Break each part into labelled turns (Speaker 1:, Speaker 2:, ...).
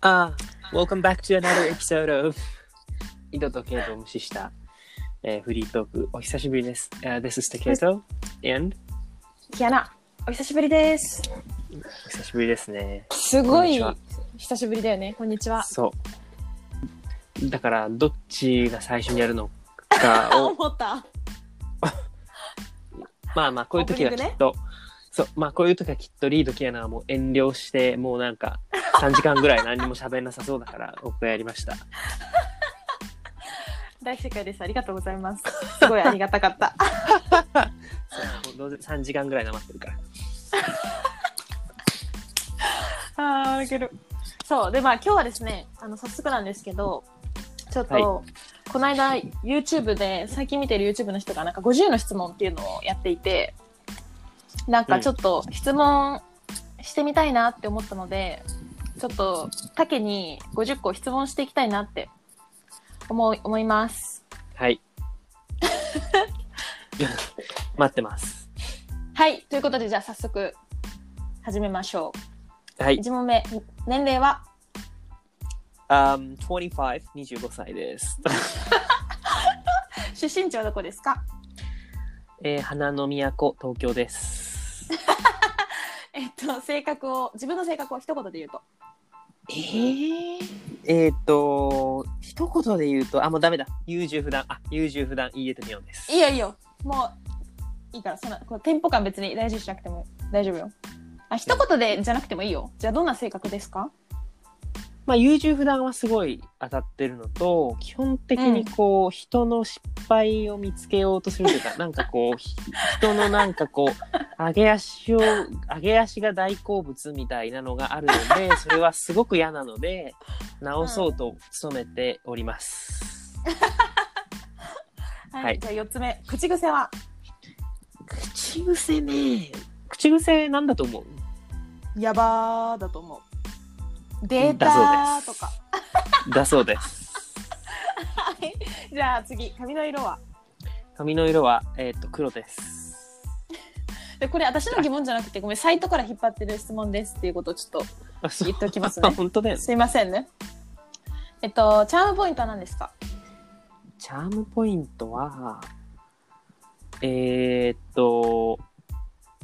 Speaker 1: ああ、welcome back to another episode of 井戸とケイトを無視した、えーフリートーク。お久しぶりです。Uh, this is Taketo and
Speaker 2: キアナ、お久しぶりです。
Speaker 1: お久しぶりですね。
Speaker 2: すごい
Speaker 1: こんに
Speaker 2: 久しぶりだよね。こんにちは。
Speaker 1: そう。だから、どっちが最初にやるのか
Speaker 2: あ、
Speaker 1: を、
Speaker 2: 思った。
Speaker 1: まあまあ、こういう時はきっと、そう、まあこういう時はきっとリードキアナはもう遠慮して、もうなんか3時間ぐらい何にも喋んなさそうだから、僕がやりま した。
Speaker 2: 大正解です。ありがとうござい ます。すごいありがたかった。
Speaker 1: そうどうせ3時間ぐらいなまってるから。
Speaker 2: ああ、受ける。そう、で、まあ、今日はですね、あの、早速なんですけど。ちょっと、
Speaker 1: はい
Speaker 2: この間、YouTube で、最近見てる YouTube の人が、なんか50の質問っていうのをやっていて。なんか、ちょっと質問してみたいなって思ったので。ちょっと、タケに50個質問していきたいなって。思い、思います。
Speaker 1: はい。 待ってます。
Speaker 2: はい、ということで、じゃあ、早速。始めましょ
Speaker 1: は
Speaker 2: う。
Speaker 1: い。
Speaker 2: 1問目、年齢は。
Speaker 1: Um, 25, 25歳です。
Speaker 2: 出身地はどこですか。
Speaker 1: えー、花の都、東京です。
Speaker 2: えっと、性格を、自分の性格を一言で言うと。
Speaker 1: えー、えーっと、一言で言うと、あ、もうダメだ。優柔不断。あ、優柔不断、いいえとみおんです。
Speaker 2: いいよいいよ。もう、いいから、その、このテンポ感別に大事にしなくても大丈夫よ。あ、一言でじゃなくてもいいよ。じゃあ、どんな性格ですか
Speaker 1: まあ、優柔不断はすごい当たってるのと、基本的にこう、人の失敗を見つけようとするという か、なんかこう、ひ人のなんかこう、上げ足を、上げ足が大好物みたいなのがあるので、それはすごく嫌なので、直そうと努めております。
Speaker 2: はい。
Speaker 1: はい
Speaker 2: じゃあ、四つ目。口癖は
Speaker 1: 口癖ね。口癖なんだと思う
Speaker 2: やばーだと思う。データ
Speaker 1: だ
Speaker 2: ー
Speaker 1: そ
Speaker 2: と
Speaker 1: うです
Speaker 2: か。
Speaker 1: だそうです。
Speaker 2: はい。じゃあ、次。髪の色は
Speaker 1: 髪の色は、えーっと、黒です。
Speaker 2: でこれ、私の疑問じゃなくて、ごめん、サイトから引っ張ってる質問ですっていうことをちょっ
Speaker 1: あ、
Speaker 2: と
Speaker 1: そ
Speaker 2: 言っておきます
Speaker 1: あ
Speaker 2: ね。
Speaker 1: 本当だよね。
Speaker 2: すいませんね。えっと、チャームポイントは何ですか
Speaker 1: チャームポイントは、えーっと、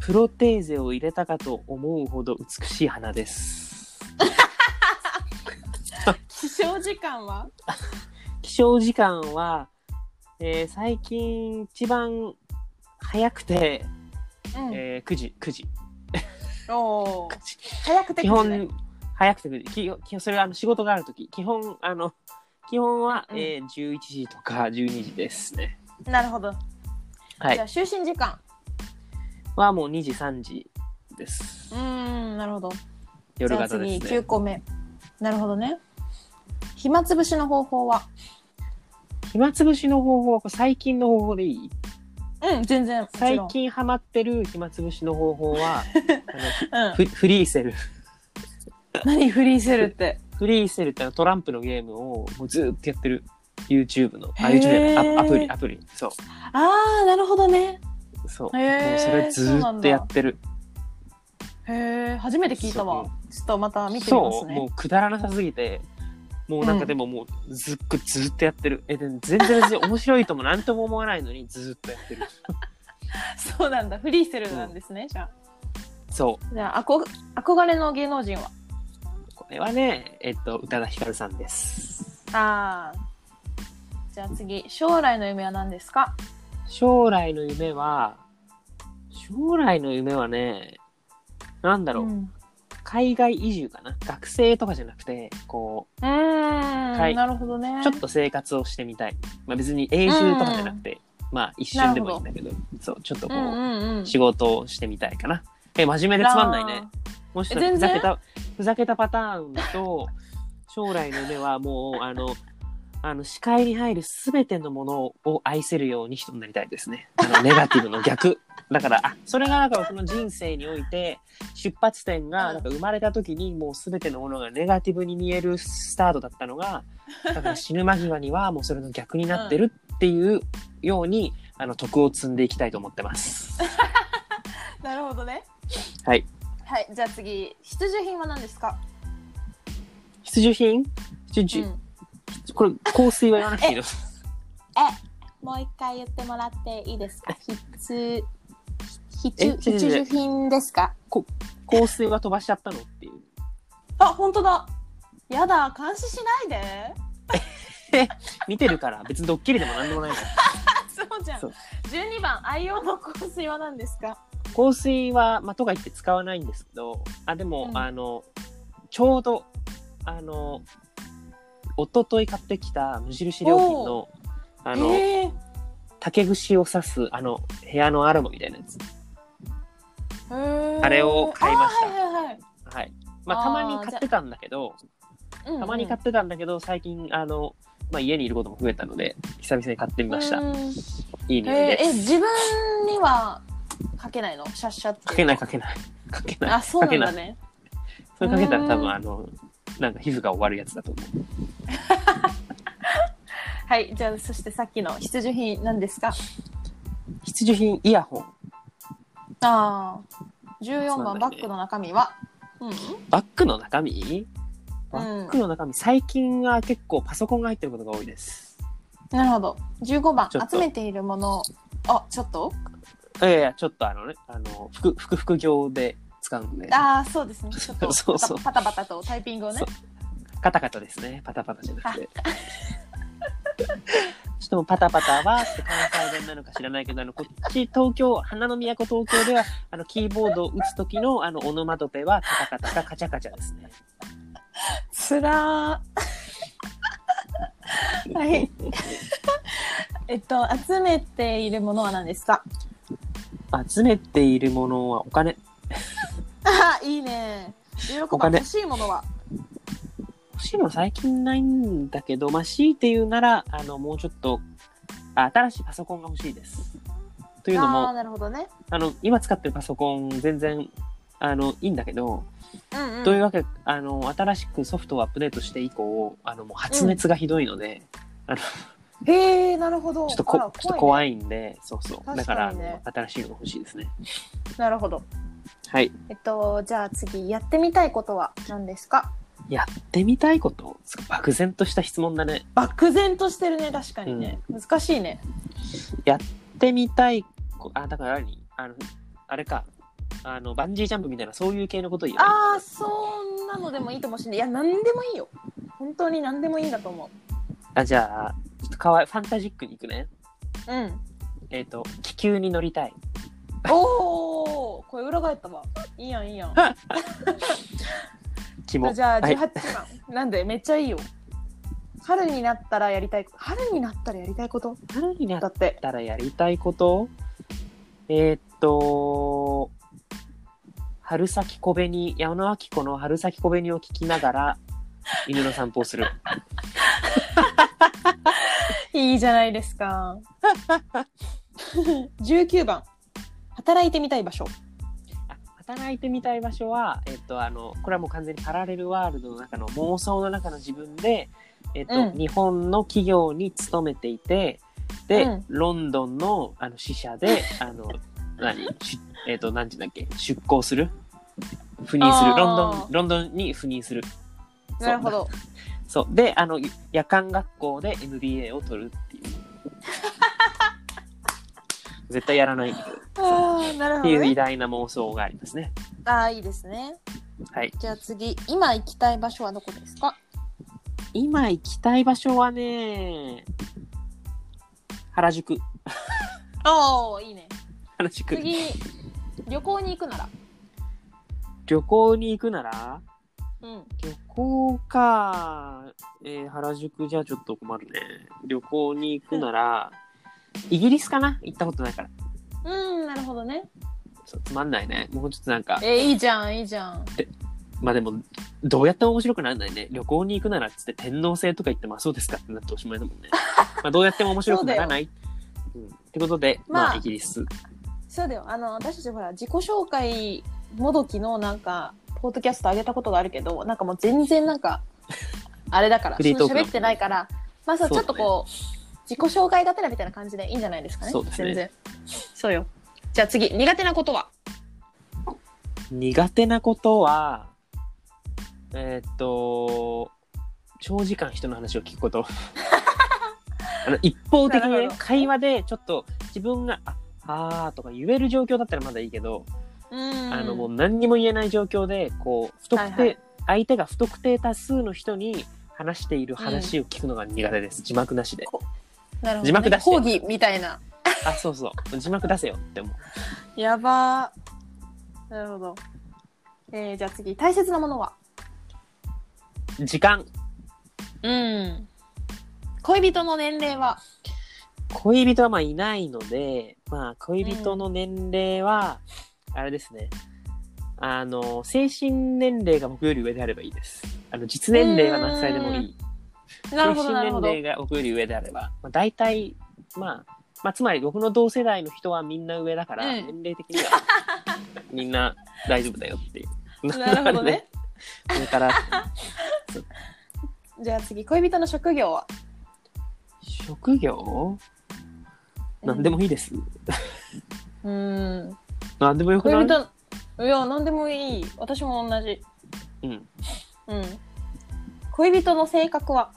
Speaker 1: プロテーゼを入れたかと思うほど美しい花です。
Speaker 2: 起床時間は
Speaker 1: 起床時間は、えー最近一番早くて、
Speaker 2: うん
Speaker 1: えー9時、9時。
Speaker 2: おお
Speaker 1: 9時
Speaker 2: 早くて
Speaker 1: 基
Speaker 2: 9時ね
Speaker 1: 本、早くて9時き基本。それはあの仕事があるとき。基本、あの、基本は、
Speaker 2: うん
Speaker 1: えー11時とか12時ですね。
Speaker 2: なるほど、
Speaker 1: は
Speaker 2: じゃあ
Speaker 1: い。
Speaker 2: 就寝時間
Speaker 1: はもう2時、3時です
Speaker 2: う。ーんなるほど
Speaker 1: 夜
Speaker 2: じゃ
Speaker 1: 型
Speaker 2: あ
Speaker 1: ですね。
Speaker 2: 次9個目なるほどね暇つぶしの方法は
Speaker 1: 暇つぶしの方法はこれ最近の方法でいい
Speaker 2: うん全然もち
Speaker 1: 最
Speaker 2: ろん
Speaker 1: 近ハマってる暇つぶしの方法 はあの
Speaker 2: うん
Speaker 1: フフリーセル
Speaker 2: 何フリーセルって
Speaker 1: フリーセルってあのトランプのゲームをもうずーっとやってる YouTube のあ
Speaker 2: へ
Speaker 1: YouTube
Speaker 2: ー
Speaker 1: じゃないアアプリアプリそう
Speaker 2: ああなるほどね
Speaker 1: そう
Speaker 2: へー
Speaker 1: もうそれずーっとやってる
Speaker 2: へえ初めて聞いたわ
Speaker 1: そ
Speaker 2: ちょっとまた見てみま
Speaker 1: そ
Speaker 2: す
Speaker 1: うも
Speaker 2: ね
Speaker 1: うくだらなさすぎてもうなん
Speaker 2: う
Speaker 1: か
Speaker 2: ん
Speaker 1: でももうずっくずーっとやってる、えでも全然別に面白いとも何とも思わないのにずーっとやってる
Speaker 2: そうなんだフリーセルなんですね、じゃあ
Speaker 1: そう
Speaker 2: じゃあ憧憧れの芸能人は
Speaker 1: これはねえっと宇多田ヒカルさんです
Speaker 2: ああじゃあ次将来の夢は何ですか
Speaker 1: 将来の夢は将来の夢はねなんだろう、
Speaker 2: うん
Speaker 1: 海外移住かな学生とかじゃなくてこ
Speaker 2: うーん、
Speaker 1: はい
Speaker 2: なるほどね
Speaker 1: うちょっと生活をしてみたい、まあ、別に永住とかじゃなくて、まあ一瞬でもいいんだけどそうちょっとこ
Speaker 2: う
Speaker 1: う、
Speaker 2: んうんうん
Speaker 1: 仕事をしてみたいかなえ真面目でつまんないねもう一つ
Speaker 2: え全
Speaker 1: ふざ
Speaker 2: 然
Speaker 1: けたふざけたパターンと 将来の夢はもうあのあの視界に入るすべてのものを愛せるように人になりたいですね。あ のネガティブの逆だからあそれがなんか僕の人生において出発点
Speaker 2: う
Speaker 1: が
Speaker 2: ん
Speaker 1: なんか生まれた時にもうすべてのものがネガティブに見えるスタートだったの がだから死ぬ間際にはもうそれの逆になってるっていうようにあの徳を積んでいきたいと思って ます。
Speaker 2: なるほどね
Speaker 1: はい
Speaker 2: はいじゃあ次必需品は何ですか
Speaker 1: 必需品じゅじゅ
Speaker 2: うん
Speaker 1: これ、香水は言わなくていいの
Speaker 2: もう一回言ってもらっていいですか必
Speaker 1: え
Speaker 2: 必必
Speaker 1: 違う違う違
Speaker 2: 需
Speaker 1: う
Speaker 2: 品ですか
Speaker 1: 香水は飛ばしちゃったのっていう。
Speaker 2: あ本当だやだ監視しないで
Speaker 1: 見てるから、別にドッキリでも何でもないから。
Speaker 2: そうじゃん
Speaker 1: そう
Speaker 2: 12番愛用の香水は何ですか
Speaker 1: 香水は、まあ、とか言って使わないんですけど、あ、でも、
Speaker 2: うん
Speaker 1: あの、ちょうど、あの、一昨日買ってきた無印良品の、あの、
Speaker 2: えー
Speaker 1: 竹串を刺す、あの、部屋のアロマみたいなやつ。
Speaker 2: えー
Speaker 1: あれを買いました
Speaker 2: あーはいはいはい
Speaker 1: はい。ま
Speaker 2: あ
Speaker 1: あ、
Speaker 2: ー
Speaker 1: たまに買ってたんだけど、
Speaker 2: うんうん
Speaker 1: たまに買ってたんだけど、最近、あの、まあ、家にいることも増えたので、久々に買ってみました。
Speaker 2: うん
Speaker 1: いい匂い
Speaker 2: えー
Speaker 1: で
Speaker 2: え
Speaker 1: す。
Speaker 2: 自分にはかけないのシャッシャって
Speaker 1: かけないかけない。かけない。
Speaker 2: あそうなんだ
Speaker 1: かけい。
Speaker 2: ね
Speaker 1: それかけたら
Speaker 2: うん
Speaker 1: 多分、あの、なんか皮膚が終わるやつだと思う。
Speaker 2: はいじゃあそしてさっきの必需品何ですか
Speaker 1: 必需品、イヤホン。
Speaker 2: ああ14
Speaker 1: そうな
Speaker 2: 番
Speaker 1: んだ
Speaker 2: バ
Speaker 1: ね
Speaker 2: ッグの中身はうん
Speaker 1: バッグの中身バッグの中身、最近は結構パソコンが入ってることが多いです。
Speaker 2: なるほど15番
Speaker 1: ちょっと
Speaker 2: 集めているものあちょっと
Speaker 1: いやいや、ちょっとあのね、あの、副、副副業で使うので、
Speaker 2: ああそうですねちょっ と
Speaker 1: そうそう
Speaker 2: パタパタとタイピングをね
Speaker 1: そうカタカタですね。パタパタじゃなくて。 ちょっともうパタパタはちょっと関西弁なのか知らないけど、あの、こっち東京、花の都東京では、あの、キーボードを打つ時の、あの、オノマトペは、カタカタかカチャカチャですね。
Speaker 2: つらー はい。えっと、集めているものは何ですか
Speaker 1: 集めているものはお金。
Speaker 2: あいいね。16
Speaker 1: お
Speaker 2: 番
Speaker 1: 金
Speaker 2: 欲しいものは
Speaker 1: 欲しいもの最近ないんだけど、まあ、強いて言うなら、あの、もうちょっと、あ新しいパソコンが欲しいです。というの
Speaker 2: ああー、
Speaker 1: も、
Speaker 2: なるほどね。
Speaker 1: あの、今使ってるパソコン、全然、あの、いいんだけど、
Speaker 2: うんうん。
Speaker 1: というわけあの新しくソフトをアップデートして以降あのもう発熱がひどいので、
Speaker 2: へえ、なるほど。
Speaker 1: ちょっとこ
Speaker 2: あ
Speaker 1: ちょ
Speaker 2: ら
Speaker 1: っと
Speaker 2: 怖い
Speaker 1: 怖いんでそうそうだからあ
Speaker 2: 確かにね
Speaker 1: の新しいのが欲しいですね
Speaker 2: ねなるほど。
Speaker 1: はい
Speaker 2: えっと、じゃあ次、やってみたいことは何ですか
Speaker 1: やってみたいことすごい漠然とした質問だね
Speaker 2: 漠然としてるね、確かにね。難しいね。
Speaker 1: やってみたいこあだから何あのあれかあのバンジージャンプみたいなそういう系のこと言う
Speaker 2: ああ、そんなのでもいいかもしれない。いや、何でもいいよ。本当に何でもいいんだと思
Speaker 1: あじゃあちょっとかわいファンタジックに行くね
Speaker 2: う。うん。
Speaker 1: えっ、と気球に乗りたい
Speaker 2: おお、これ裏返ったわ。いいやんいいやん。
Speaker 1: 気も
Speaker 2: じゃあ
Speaker 1: は
Speaker 2: 18
Speaker 1: い
Speaker 2: 番、なんでめっちゃいいよ。春になったらやりたいこと春になったらやりたいこと
Speaker 1: 春になっ
Speaker 2: だって。
Speaker 1: ったらやりたいことえーっと春先小紅矢野明子の春先小紅を聞きながら犬の散歩をする
Speaker 2: いいじゃないです か。19番働いてみたい場所。
Speaker 1: あ働いてみたい場所は、えーっとあのこれはもう完全にパラレルワールドの中の妄想の中の自分で、えーっと
Speaker 2: うん
Speaker 1: 日本の企業に勤めていてで、
Speaker 2: うん
Speaker 1: ロンドンのあの支社 であの何しえーっと何時だっけ出向する赴任す
Speaker 2: あ
Speaker 1: る
Speaker 2: ー
Speaker 1: ロンドンロンドンに赴任するそう
Speaker 2: なるほど。
Speaker 1: そう。で、あの、夜間学校で MBA を取るって いう。絶対やらないんだけど。
Speaker 2: ああ、なる
Speaker 1: っ
Speaker 2: ほ
Speaker 1: てい
Speaker 2: ど、
Speaker 1: う偉
Speaker 2: ね。
Speaker 1: 大な妄想がありますね。
Speaker 2: ああ、いいですね。
Speaker 1: はい。
Speaker 2: じゃあ次、今行きたい場所はどこですか
Speaker 1: 今行きたい場所はね、原宿。
Speaker 2: おお、いいね。
Speaker 1: 原宿。
Speaker 2: 次、旅行に行くなら。
Speaker 1: 旅行に行くなら
Speaker 2: うん。
Speaker 1: 旅行か。えー原宿じゃちょっと困るね。旅行に行くなら、イギリスかな行ったことないから。
Speaker 2: うん、なるほどね。
Speaker 1: そうつまんないね。もうちょっとなんか、
Speaker 2: えー、いいじゃん、いいじゃん。
Speaker 1: まあでも、どうやっても面白くならないね。旅行に行くならっつって天皇制とか言って、まあそうですかってなっておしまいだもん ね。まあどうやっても面白くならない。うん、ってことで、まあ、
Speaker 2: まあ
Speaker 1: イギリス。
Speaker 2: そうだよ。あの、私たちほら、自己紹介もどきのなんか、ポッドキャスト上げたことがあるけど、なんかもう全然な んか、あれだから、
Speaker 1: フリートークだもん
Speaker 2: 喋ってないから、まあそう、
Speaker 1: そう
Speaker 2: ち
Speaker 1: だ
Speaker 2: ょっ
Speaker 1: ね
Speaker 2: とこう、自己紹介がてらみたいな感じでいいんじゃないですかね。
Speaker 1: そうですね
Speaker 2: 全然。そうよ。じゃあ次、苦手なことは
Speaker 1: 苦手なことは、えーっと、長時間人の話を聞く ことあの一方的に
Speaker 2: なる
Speaker 1: ね
Speaker 2: ほど
Speaker 1: 会話でちょっと自分が「ああー」とか言える状況だったらまだいいけど、
Speaker 2: うん
Speaker 1: あのもう何にも言えない状況でこう不特定、
Speaker 2: はいはい
Speaker 1: 相手が不特定多数の人に話している話を聞くのが苦手です、字幕なしで
Speaker 2: なるほどね
Speaker 1: 字幕出して
Speaker 2: 講義みたいな
Speaker 1: あそうそう字幕出せよって思う
Speaker 2: やばーなるほど、えー、じゃあ次大切なものは
Speaker 1: 時間
Speaker 2: うん恋人の年 齢は
Speaker 1: 恋人はまあいないので、まあ、恋人の年齢は、あれですね、あの、精神年齢が僕より上であればいいです。あの、実年齢は何歳でもいい。
Speaker 2: な
Speaker 1: 精
Speaker 2: るほ
Speaker 1: 神
Speaker 2: どなる
Speaker 1: 年
Speaker 2: ほど
Speaker 1: 齢が僕より上であれば、まあ、大体、まあ、まあ、つまり僕の同世代の人はみんな上だから、
Speaker 2: うん
Speaker 1: 年齢的にはみんな大丈夫だよっていう。
Speaker 2: なるほどね。
Speaker 1: それから、
Speaker 2: じゃあ次恋人の職業は
Speaker 1: 職業何でもいいです。
Speaker 2: うん
Speaker 1: 何でもよくな
Speaker 2: 恋
Speaker 1: い
Speaker 2: 人いや何でもいい私も同じ
Speaker 1: うん。
Speaker 2: うん恋人の性格は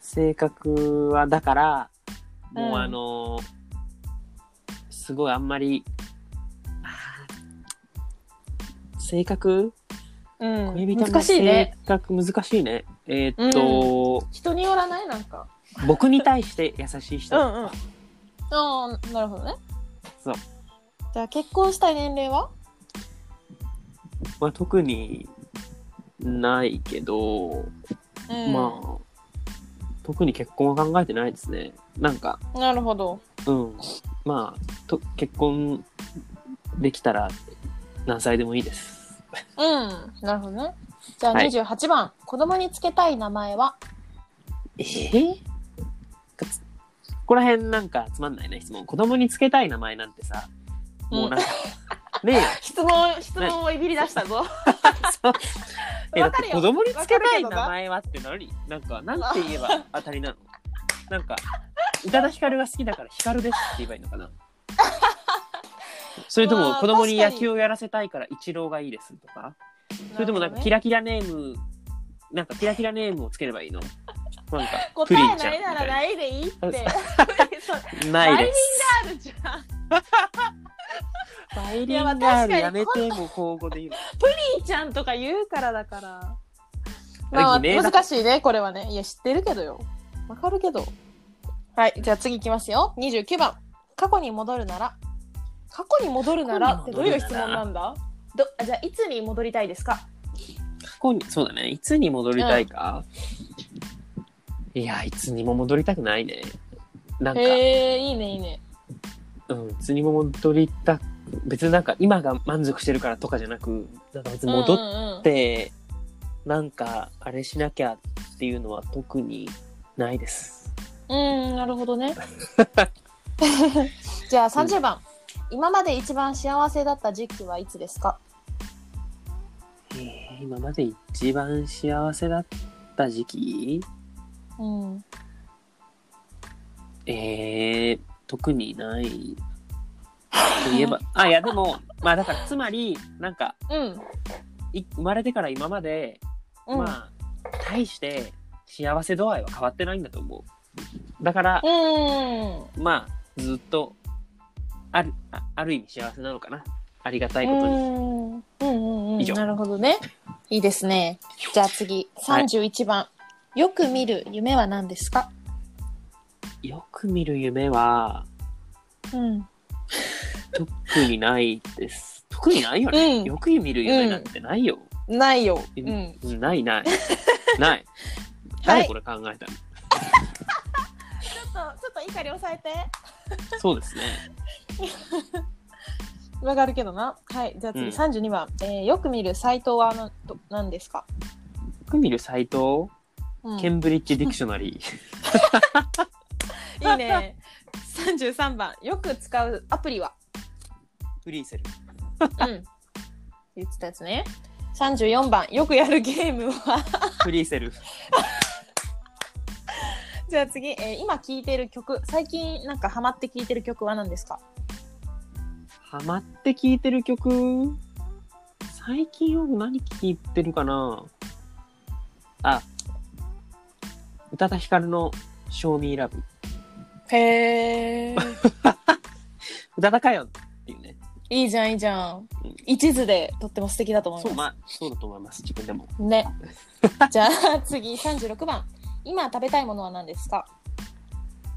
Speaker 1: 性格はだからもううんあのーすごいあんまりあー性格
Speaker 2: うん
Speaker 1: 恋人の
Speaker 2: 難しい
Speaker 1: 性
Speaker 2: ね
Speaker 1: 格難しいねえーっと、
Speaker 2: 人によらないなんか
Speaker 1: 僕に対して優しい人、
Speaker 2: うんああーなるほどね
Speaker 1: そう
Speaker 2: じゃあ結婚したい年齢は
Speaker 1: まあ、特にないけど、
Speaker 2: うん
Speaker 1: まあ特に結婚は考えてないですねなんか
Speaker 2: なるほど
Speaker 1: うんまあと結婚できたら何歳でもいいです
Speaker 2: うんなるほどねじゃあ
Speaker 1: はい
Speaker 2: 28番、子供につけたい名前は
Speaker 1: えーつここら辺なんかつまんないね質問子供につけたい名前なんてさもう なんか、ねえ
Speaker 2: 質問質問をいびり出したぞ
Speaker 1: そうえだっ
Speaker 2: わか
Speaker 1: て
Speaker 2: るよ
Speaker 1: 子供につけたい名
Speaker 2: わか
Speaker 1: 前はって何なんかなんて言えば当たりなのなんか宇多田ヒカルが好きだからヒカルですって言えばいいのかなそれと
Speaker 2: ま
Speaker 1: も
Speaker 2: あ
Speaker 1: 子供に
Speaker 2: 確か
Speaker 1: 野
Speaker 2: に
Speaker 1: 球をやらせたいからイチローがいいですとかそれともなんかキ
Speaker 2: ラ
Speaker 1: ラキラネームなんかキラキラネームをつければいいのなんかプ
Speaker 2: 答
Speaker 1: リ
Speaker 2: え
Speaker 1: ンちゃん
Speaker 2: ない
Speaker 1: みた
Speaker 2: な
Speaker 1: な
Speaker 2: いらないでいいって
Speaker 1: そう
Speaker 2: そう
Speaker 1: ないです
Speaker 2: あるじゃん
Speaker 1: バイ
Speaker 2: リ
Speaker 1: リ
Speaker 2: ン
Speaker 1: ン
Speaker 2: ガ
Speaker 1: ガー
Speaker 2: ール
Speaker 1: ル
Speaker 2: や
Speaker 1: や
Speaker 2: め
Speaker 1: め
Speaker 2: て
Speaker 1: ても交互で言う。
Speaker 2: ピーちゃんとか言うからだから。まあ、
Speaker 1: いいね
Speaker 2: 難しいね、これはね。いや、知ってるけどよ。わかるけど。はい、じゃあ次いきますよ。29番。過去に戻るなら。過去に戻るならってどういう質問なんだどあじゃあ、いつに戻りたいですか
Speaker 1: 過去にそうだね。いつに戻りたいか。いやいつにも戻りたくないね。なんか、
Speaker 2: へえ、いいね、いいね。
Speaker 1: うんいつにも戻りたく別になんか今が満足してるからとかじゃなく、なんか別に戻
Speaker 2: う
Speaker 1: っ
Speaker 2: んうんうん
Speaker 1: てなんかあれしなきゃっていうのは特にないです。
Speaker 2: うん、なるほど ね。じゃあ30番、今まで一番幸せだった時期はいつですか
Speaker 1: えー今まで一番幸せだった時期
Speaker 2: うん。
Speaker 1: えー、特にないといえば あいやでもまあだからつまりなんか
Speaker 2: うん。
Speaker 1: い生まれてから今まで、
Speaker 2: うん。
Speaker 1: まあ大して幸せ度合いは変わってないんだと思うだから、
Speaker 2: うん。
Speaker 1: まあずっとあるあある意味幸せなのかなありがた
Speaker 2: う
Speaker 1: いことに、
Speaker 2: んうんうん
Speaker 1: 以上
Speaker 2: なるほどね。いいですね。じゃあ次、
Speaker 1: はい
Speaker 2: 31番。よく見る夢は何ですか
Speaker 1: よく見る夢は
Speaker 2: うん。
Speaker 1: 特にないです特にないよね、
Speaker 2: うん
Speaker 1: よく見る夢なんてないよ、
Speaker 2: ないよ。
Speaker 1: う
Speaker 2: うん。
Speaker 1: ない ないない誰これ考えたの、
Speaker 2: ちょっと、ちょっと怒り抑えて。
Speaker 1: そうですね
Speaker 2: わかるけどな。はい。じゃあ次、
Speaker 1: うん
Speaker 2: 32番。えーよく見るサイトは何ど何ですか
Speaker 1: よく見るサイト、
Speaker 2: うん
Speaker 1: ケンブリッジディクショナリ ー。
Speaker 2: いいね。33番。よく使うアプリは
Speaker 1: フリーセル。
Speaker 2: うん。言ってたやつね。34番。よくやるゲームは
Speaker 1: フリーセル。
Speaker 2: じゃあ次、えー今聴いてる曲、最近なんかハマって聴いてる曲は何ですか
Speaker 1: ハマって聴いてる曲最近よく何聴いてるかなあ、宇多田ヒカルの Show Me Love。
Speaker 2: へえ。
Speaker 1: 宇多田かよっていうね。
Speaker 2: いいじゃん、いいじゃん
Speaker 1: うん。
Speaker 2: 一途でとっても素敵だと思
Speaker 1: そ、
Speaker 2: いうま
Speaker 1: まあ、そうだと思います。自分でも。
Speaker 2: す。ね。 じゃあ次、36番。今食べたいものは何ですか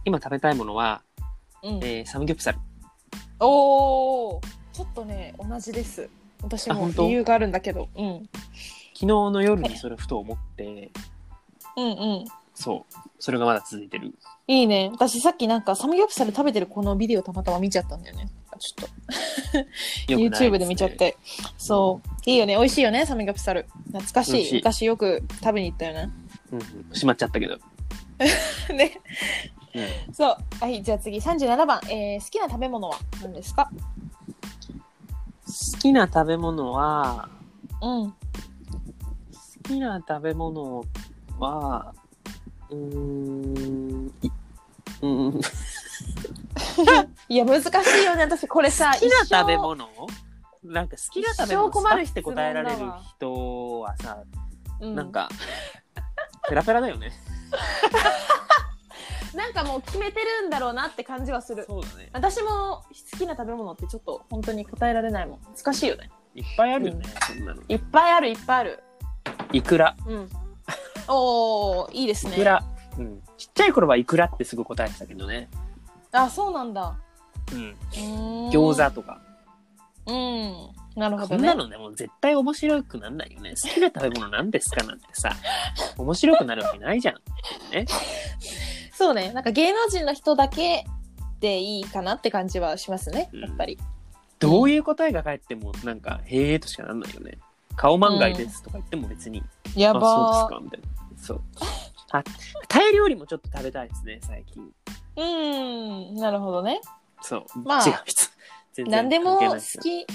Speaker 1: 今食べたいものは、
Speaker 2: うん。
Speaker 1: えーサムギョプサル。
Speaker 2: おお。ちょっとね、同じです。私
Speaker 1: あ
Speaker 2: も
Speaker 1: 本当
Speaker 2: 理由があるんだけど。うん。
Speaker 1: 昨日の夜にそれをふと思って、
Speaker 2: うんうん。
Speaker 1: そう。それがまだ続いてる。
Speaker 2: いいね。私さっきなんかサムギョプサル食べてるこのビデオたまたま見ちゃったんだよね。ちょっ
Speaker 1: よ
Speaker 2: と
Speaker 1: くないすね
Speaker 2: YouTube で見ちゃっ。て。そう。いいよね。美味しいよね、サムギョプサル。懐か
Speaker 1: 美
Speaker 2: し
Speaker 1: 味
Speaker 2: い。
Speaker 1: しい
Speaker 2: 昔よく食べに行ったよね。
Speaker 1: うん、うん。閉まっちゃったけど。
Speaker 2: ね。
Speaker 1: うん
Speaker 2: そう。はい。じゃあ次、37番。えー好きな食べ物は何ですか
Speaker 1: 好きな食べ物は、
Speaker 2: うん。
Speaker 1: 好きな食べ物は、うーん、いうん、好
Speaker 2: いや、難しいよね。私、これさ、
Speaker 1: きな
Speaker 2: 一生
Speaker 1: 食べ物なんか好きな食べ
Speaker 2: 一生
Speaker 1: 物
Speaker 2: 困
Speaker 1: 困
Speaker 2: る
Speaker 1: る
Speaker 2: 質
Speaker 1: っ
Speaker 2: 問
Speaker 1: て
Speaker 2: だわ
Speaker 1: 答えられる人はさ、
Speaker 2: うん
Speaker 1: なんか、ペラペラだよ ね。
Speaker 2: なんかもう決めてるんだろうなって感じはする。
Speaker 1: そうだね。
Speaker 2: 私も好きな食べ物ってちょっと本当に答えられないもん。難しいよね。
Speaker 1: いっぱいあるよね、そんなの。
Speaker 2: いっぱいある、いっぱいある。
Speaker 1: いくら、
Speaker 2: うん。おー、いいです
Speaker 1: い
Speaker 2: ね。
Speaker 1: くら。うん、ちっちゃい頃はいくらってすぐ答えてたけどね。
Speaker 2: あ、そうなんだ。
Speaker 1: うん、
Speaker 2: うーん
Speaker 1: 餃子とか。
Speaker 2: うん。なるほ
Speaker 1: こ
Speaker 2: ど
Speaker 1: んな
Speaker 2: ね。
Speaker 1: のね、もう絶対面白くなんないよね。好きな食べ物なんですかなんてさ、面白くなるわけないじゃん。ね。
Speaker 2: そうね。なんか芸能人の人だけでいいかなって感じはしますね。
Speaker 1: うん
Speaker 2: やっぱり。
Speaker 1: どういう答えが返ってもなんか「へえ」としかなんないよね。顔漫画ですとか言っても別に「
Speaker 2: や
Speaker 1: あ
Speaker 2: ば
Speaker 1: そうですか」みたいな。そう。 あタイ料理もちょっと食べたいですね最近。
Speaker 2: うーん。なるほどね。
Speaker 1: そう。
Speaker 2: まあ
Speaker 1: 違う人。全然
Speaker 2: 何で
Speaker 1: 関
Speaker 2: も
Speaker 1: 係ない
Speaker 2: 好
Speaker 1: すよ
Speaker 2: き、好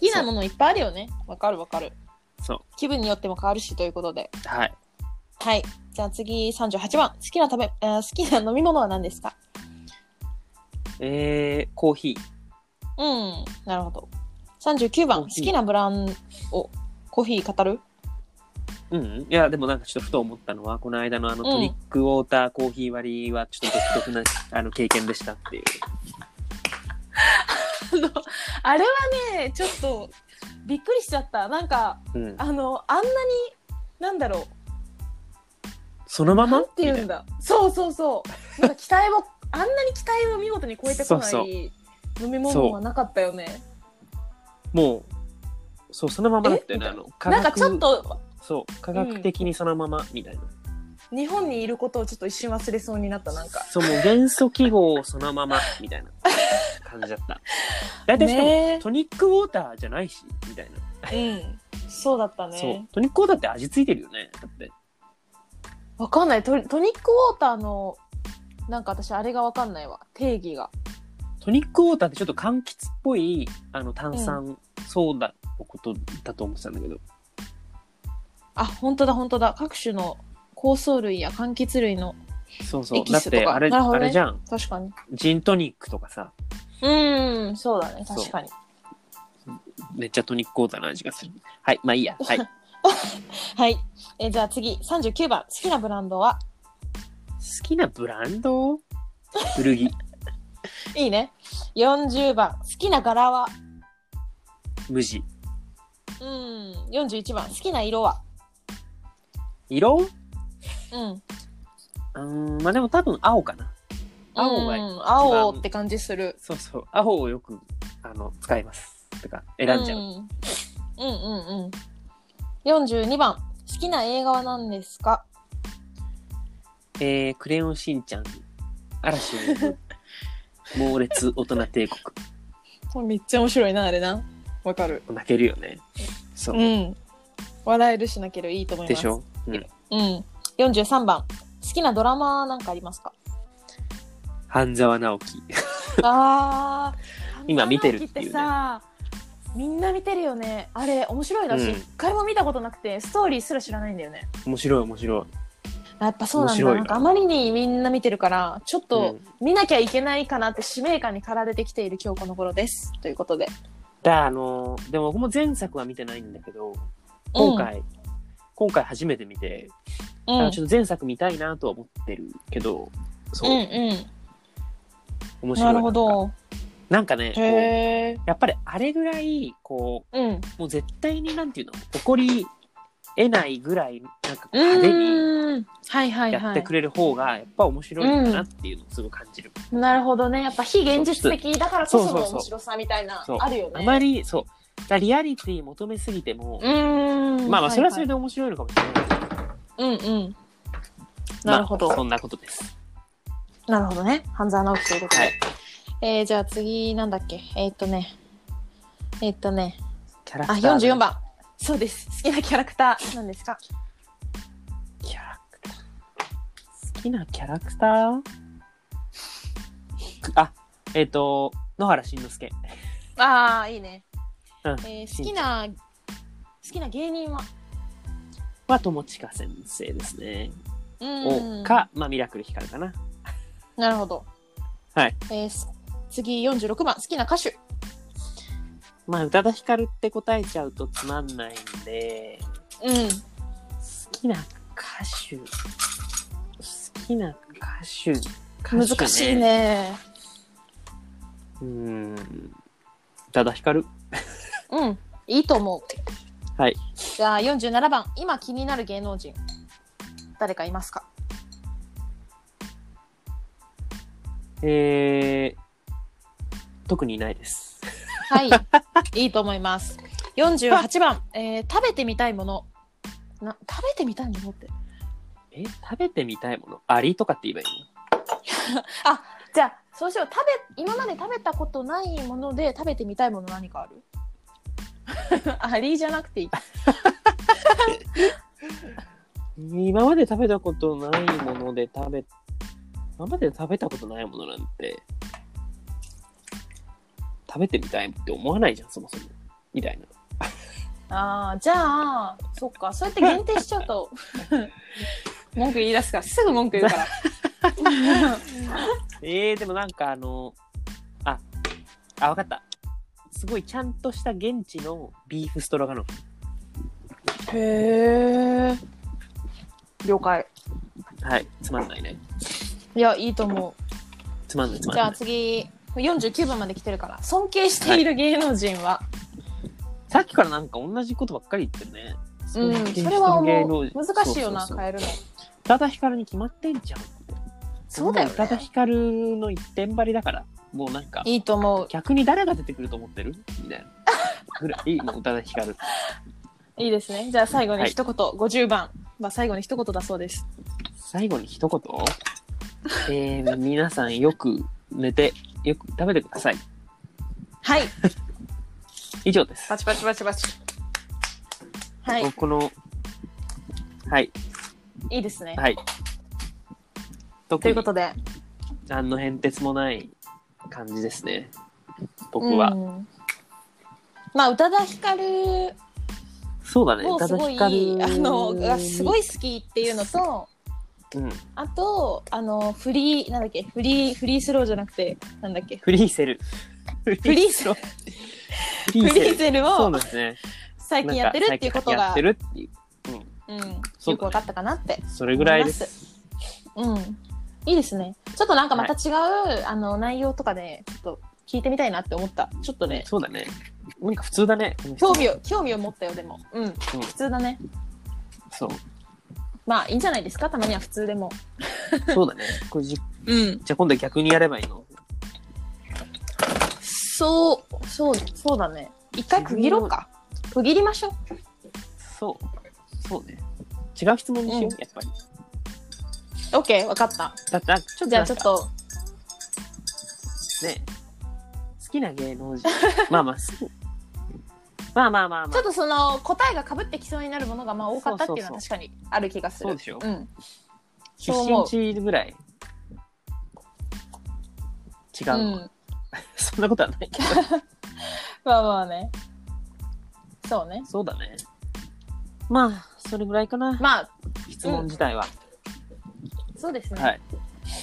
Speaker 2: きなものいっぱいあるよね。わかるわかる。
Speaker 1: そ
Speaker 2: 気分によっても変わるしということで。
Speaker 1: う。はい。
Speaker 2: はい。じゃあ次、38番。好きな食べ、えー好きな飲み物は何ですか
Speaker 1: えー、コーヒー。
Speaker 2: うん。なるほど。39番。
Speaker 1: コ
Speaker 2: 好
Speaker 1: ーヒー
Speaker 2: きなブランド、コーヒー語る
Speaker 1: うんうん、いやでもなんかちょっとふと思ったのはこの間のあの
Speaker 2: うん
Speaker 1: トリックウォーターコーヒー割りはちょっと独特な、あの経験でしたっていう
Speaker 2: あのあれはねちょっとびっくりしちゃったなんか、
Speaker 1: うん、
Speaker 2: あのあんなになんだろ
Speaker 1: そのま
Speaker 2: うな
Speaker 1: ま
Speaker 2: んて言うんだそうそう そうなんか期待をあんなに期待を見事に超えてこない
Speaker 1: そうそう
Speaker 2: 飲み物はなかったよね
Speaker 1: もうそうそのままだったよね
Speaker 2: え
Speaker 1: あの科
Speaker 2: なんかちょっ
Speaker 1: 学
Speaker 2: と
Speaker 1: そう科学的にそのままみたいな、
Speaker 2: 日本にいることをちょっと一瞬忘れそうになったなんか
Speaker 1: そうもう元素記号をそのままみたいな感じだった。大体しかも、
Speaker 2: ね
Speaker 1: トニックウォーターじゃないしみたいな、
Speaker 2: うんそうだった
Speaker 1: そう
Speaker 2: ね
Speaker 1: トニックウォーターって味ついてるよねだって
Speaker 2: わかんないトトニックウォーターのなんか私あれがわかんないわ定義が
Speaker 1: トニックウォーターってちょっと柑橘っぽいあの炭酸ソーダのことだと思ってたんだけど、
Speaker 2: あ本当だ本当だ各種の香草類や柑橘類の
Speaker 1: そうそう
Speaker 2: エキ
Speaker 1: だっ
Speaker 2: スとか
Speaker 1: てあれ,、
Speaker 2: なるほど
Speaker 1: あ
Speaker 2: ね
Speaker 1: れじゃん
Speaker 2: 確かに
Speaker 1: ジントニックとかさ
Speaker 2: うんそうだね確かに
Speaker 1: めっちゃトニックウォーターの味がするはいまあいい やはい好
Speaker 2: はいえじゃあ次39番好きなブランドは
Speaker 1: きなブランド古着
Speaker 2: いいね40番好きな柄は
Speaker 1: 無地
Speaker 2: うん41番好きな色は
Speaker 1: 色う
Speaker 2: うん
Speaker 1: ーんまあでも多分青かな青がいい
Speaker 2: うん青って感じする
Speaker 1: そうそう、青をよくあの使います。てか、選んじゃう。
Speaker 2: うん、うんうんうん42番好きな映画は何ですか
Speaker 1: えー、クレヨンしんちゃん、嵐の呼ぶ猛烈大人帝国。
Speaker 2: めっちゃ面白いなあれなわかる
Speaker 1: 泣けるよね。そう。
Speaker 2: うん笑えるしなければいいと思います
Speaker 1: でしょ、うん、
Speaker 2: うん。43番。好きなドラマなんかありますか
Speaker 1: 半沢直樹。
Speaker 2: ああ。
Speaker 1: 今見てるっていうね
Speaker 2: 花直樹ってさ、みんな見てるよね。あれ、面白いな。
Speaker 1: うん
Speaker 2: し一回も見たことなくて、ストーリーすら知らないんだよね。
Speaker 1: 面白い面白い。
Speaker 2: やっぱそうなん
Speaker 1: 面白い
Speaker 2: だ。
Speaker 1: な
Speaker 2: なんかあまりにみんな見てるから、ちょっと
Speaker 1: うん
Speaker 2: 見なきゃいけないかなって使命感に駆られてきている今日この頃です。ということで。
Speaker 1: だあのーでも僕も前作は見てないんだけど、今
Speaker 2: うん。
Speaker 1: 回、今回初めて見て、
Speaker 2: うん
Speaker 1: あちょっと前作見たいなとは思ってるけど、そう、
Speaker 2: うんう
Speaker 1: 面白い
Speaker 2: んなる
Speaker 1: な
Speaker 2: ほ
Speaker 1: んか
Speaker 2: ど
Speaker 1: なんかね、こう
Speaker 2: へえ
Speaker 1: やっぱりあれぐらい、こ
Speaker 2: うん
Speaker 1: う、もう絶対になんていうの、起こり得ないぐらい、なんか
Speaker 2: う
Speaker 1: 派手に
Speaker 2: ーんはいはい
Speaker 1: やっ
Speaker 2: は
Speaker 1: て
Speaker 2: い
Speaker 1: くれる方が、やっぱ面白いんだなっていうのをすごい感じる。
Speaker 2: なるほどねやっぱ非現実的だからこ
Speaker 1: そ
Speaker 2: そう
Speaker 1: そう
Speaker 2: の
Speaker 1: そう
Speaker 2: 面白さみたいな
Speaker 1: そう
Speaker 2: あるよね
Speaker 1: あまり、そう、だからリアリティ求めすぎても、
Speaker 2: うーん
Speaker 1: まあまあ、それはそれ
Speaker 2: で
Speaker 1: で面白いのかもしれないけど。
Speaker 2: うんうんなるほど
Speaker 1: まあそんなことです。
Speaker 2: なるほどね。半沢直樹ということで。
Speaker 1: はい
Speaker 2: えー、じゃあ次、なんだっけ。えーっとね。えーっとね。
Speaker 1: キャラ
Speaker 2: あ、
Speaker 1: クター。
Speaker 2: 44。番。そうです。好きなキャラクターなんですか
Speaker 1: キャラクター。好きなキャラクターあ、えっ、と、野原しんのすけ。
Speaker 2: ああ、いいね。
Speaker 1: うん
Speaker 2: えー好きな、好きな芸人は
Speaker 1: は友近先生ですね。
Speaker 2: う
Speaker 1: を
Speaker 2: ん。
Speaker 1: か、まあ、ミラクルひかるかな。
Speaker 2: なるほど。
Speaker 1: はい。
Speaker 2: えーす次、46番。好きな歌手。
Speaker 1: まあ、宇多田ヒカルって答えちゃうとつまんないんで、
Speaker 2: うん。
Speaker 1: 好きな歌手。好きな歌手。歌手
Speaker 2: 難しい。ね。
Speaker 1: うーん。宇多田ヒカル。
Speaker 2: うん。いいと思う。
Speaker 1: はい。
Speaker 2: じゃあ47番。今気になる芸能人。誰かいますか
Speaker 1: えー、特にいないです。
Speaker 2: はい、いいと思います。48番、えー食べてみたいもの。な食べてみたいものって。
Speaker 1: え食べてみたいものアリとかって言えばいいの
Speaker 2: じゃあ、そうしよう。食べ、今まで食べたことないもので食べてみたいもの何 かあるアリじゃなくていい。
Speaker 1: 今まで食べたことないもので食べ今まで食べたことないものなんて食べてみたいって思わないじゃんそもそもみたいな
Speaker 2: ああ、じゃあ、そっか。そうやって限定しちゃう と、文句言い出すから、すぐ文句言うから。
Speaker 1: えー、でもなんかあのああ分かったすごいちゃんとした現地のビーフストロガノフ
Speaker 2: へえ。了解。
Speaker 1: はいつまんないね
Speaker 2: いや、いいと思う。
Speaker 1: つまんないつまん
Speaker 2: じゃ
Speaker 1: な
Speaker 2: あ
Speaker 1: い
Speaker 2: 次49番まで来てるから尊敬している芸能人は、
Speaker 1: さっきからなんか同じことばっかり言ってるね
Speaker 2: うんそれは
Speaker 1: 芸
Speaker 2: 思
Speaker 1: 能
Speaker 2: う
Speaker 1: 人
Speaker 2: 難しいよな
Speaker 1: そうそうそう
Speaker 2: 変えるの
Speaker 1: 宇多田ヒカルに決まってんじゃんって
Speaker 2: そうだよね
Speaker 1: 宇多田ヒカルの一点張りだからもうなんか
Speaker 2: いいと思う
Speaker 1: 逆に誰が出てくると思ってるみたいなぐらいもう宇多田ヒカル
Speaker 2: いいですねじゃあ最後に
Speaker 1: はい
Speaker 2: 一言、50番まあ最後に一言だそうです
Speaker 1: 最後に一言えー、皆さんよく寝てよく食べてください
Speaker 2: はい
Speaker 1: 以上です、
Speaker 2: パチパチパチパチはい
Speaker 1: 僕のはい
Speaker 2: いいですね、
Speaker 1: はい
Speaker 2: と
Speaker 1: 特
Speaker 2: いう
Speaker 1: に
Speaker 2: ことで
Speaker 1: 何の変哲もない感じですね僕
Speaker 2: うん
Speaker 1: は、
Speaker 2: まあ宇多田ヒカル
Speaker 1: そうだね宇
Speaker 2: もう
Speaker 1: 多
Speaker 2: す
Speaker 1: 田
Speaker 2: ごい
Speaker 1: ヒカル
Speaker 2: あのがすご
Speaker 1: い、
Speaker 2: い好きっていうのと
Speaker 1: うん、
Speaker 2: あとあのフリーなんだっけフリーフリースローじゃなくてなんだっけ
Speaker 1: フリーセルフ
Speaker 2: フリースロー
Speaker 1: フリ
Speaker 2: フ
Speaker 1: ーセ
Speaker 2: リー
Speaker 1: ル
Speaker 2: ゼル
Speaker 1: そう
Speaker 2: を
Speaker 1: なんですね
Speaker 2: 最近やってるっていうこと
Speaker 1: なんか最近
Speaker 2: が
Speaker 1: やってるっていう
Speaker 2: う
Speaker 1: そう
Speaker 2: ん、
Speaker 1: だね
Speaker 2: よく分かったかなって。
Speaker 1: それぐらいです
Speaker 2: うん。いいですね。ちょっとなんかまた違う、あの内容とかで、ちょっと聞いてみたいなって思った。ちょっとね、
Speaker 1: そうだねなんか普通だね
Speaker 2: 興味を、興味を持ったよ、でも。うん。普通だね。
Speaker 1: そう
Speaker 2: まあ、いいんじゃないですかたまには普通でも。
Speaker 1: そうだねこれじ
Speaker 2: うん。
Speaker 1: じゃあ今度逆にやればいいの
Speaker 2: そう、そう、そうだね。一回区切ろうか。区切りましょう。
Speaker 1: そうそうね違う質問にしよう、
Speaker 2: うん
Speaker 1: やっぱり
Speaker 2: オッケー、わかった。
Speaker 1: だってなんかちょっと
Speaker 2: じゃ
Speaker 1: な
Speaker 2: あ
Speaker 1: ん
Speaker 2: ちょ
Speaker 1: か
Speaker 2: っと、
Speaker 1: ね好きな芸能人まあまあ好きまあまあまあま
Speaker 2: ちょ
Speaker 1: あ
Speaker 2: っとその答えがかぶってきそうになるものがまあ多かったっていうのは
Speaker 1: そう
Speaker 2: 確かにある気がする。
Speaker 1: そうでしょ
Speaker 2: うん。
Speaker 1: 出
Speaker 2: そう思う
Speaker 1: 身地ぐらい違うの、
Speaker 2: うん。
Speaker 1: そんなことは ないけど
Speaker 2: まあまあね。そうね。
Speaker 1: そうだねまあそれぐらいかな、
Speaker 2: まあ、
Speaker 1: 質問自体は、
Speaker 2: そうですね。
Speaker 1: はい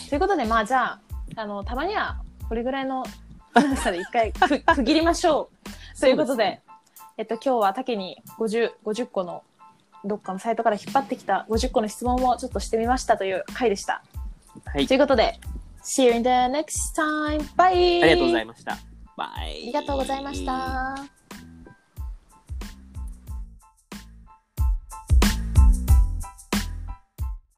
Speaker 2: ということで、まあ、じゃあ、あの、たまには、これぐらいの長さで一 回く区切りましょう。というこ
Speaker 1: そうです
Speaker 2: とで、
Speaker 1: ね
Speaker 2: えっと、今日は竹に50、50個のどっかのサイトから引っ張ってきた50個の質問をちょっとしてみましたという回でした。
Speaker 1: はい
Speaker 2: とい。うことで、See you in the next time! Bye!
Speaker 1: ありがとうござい
Speaker 2: ま
Speaker 1: ました。バイ。
Speaker 2: ありがとうございました。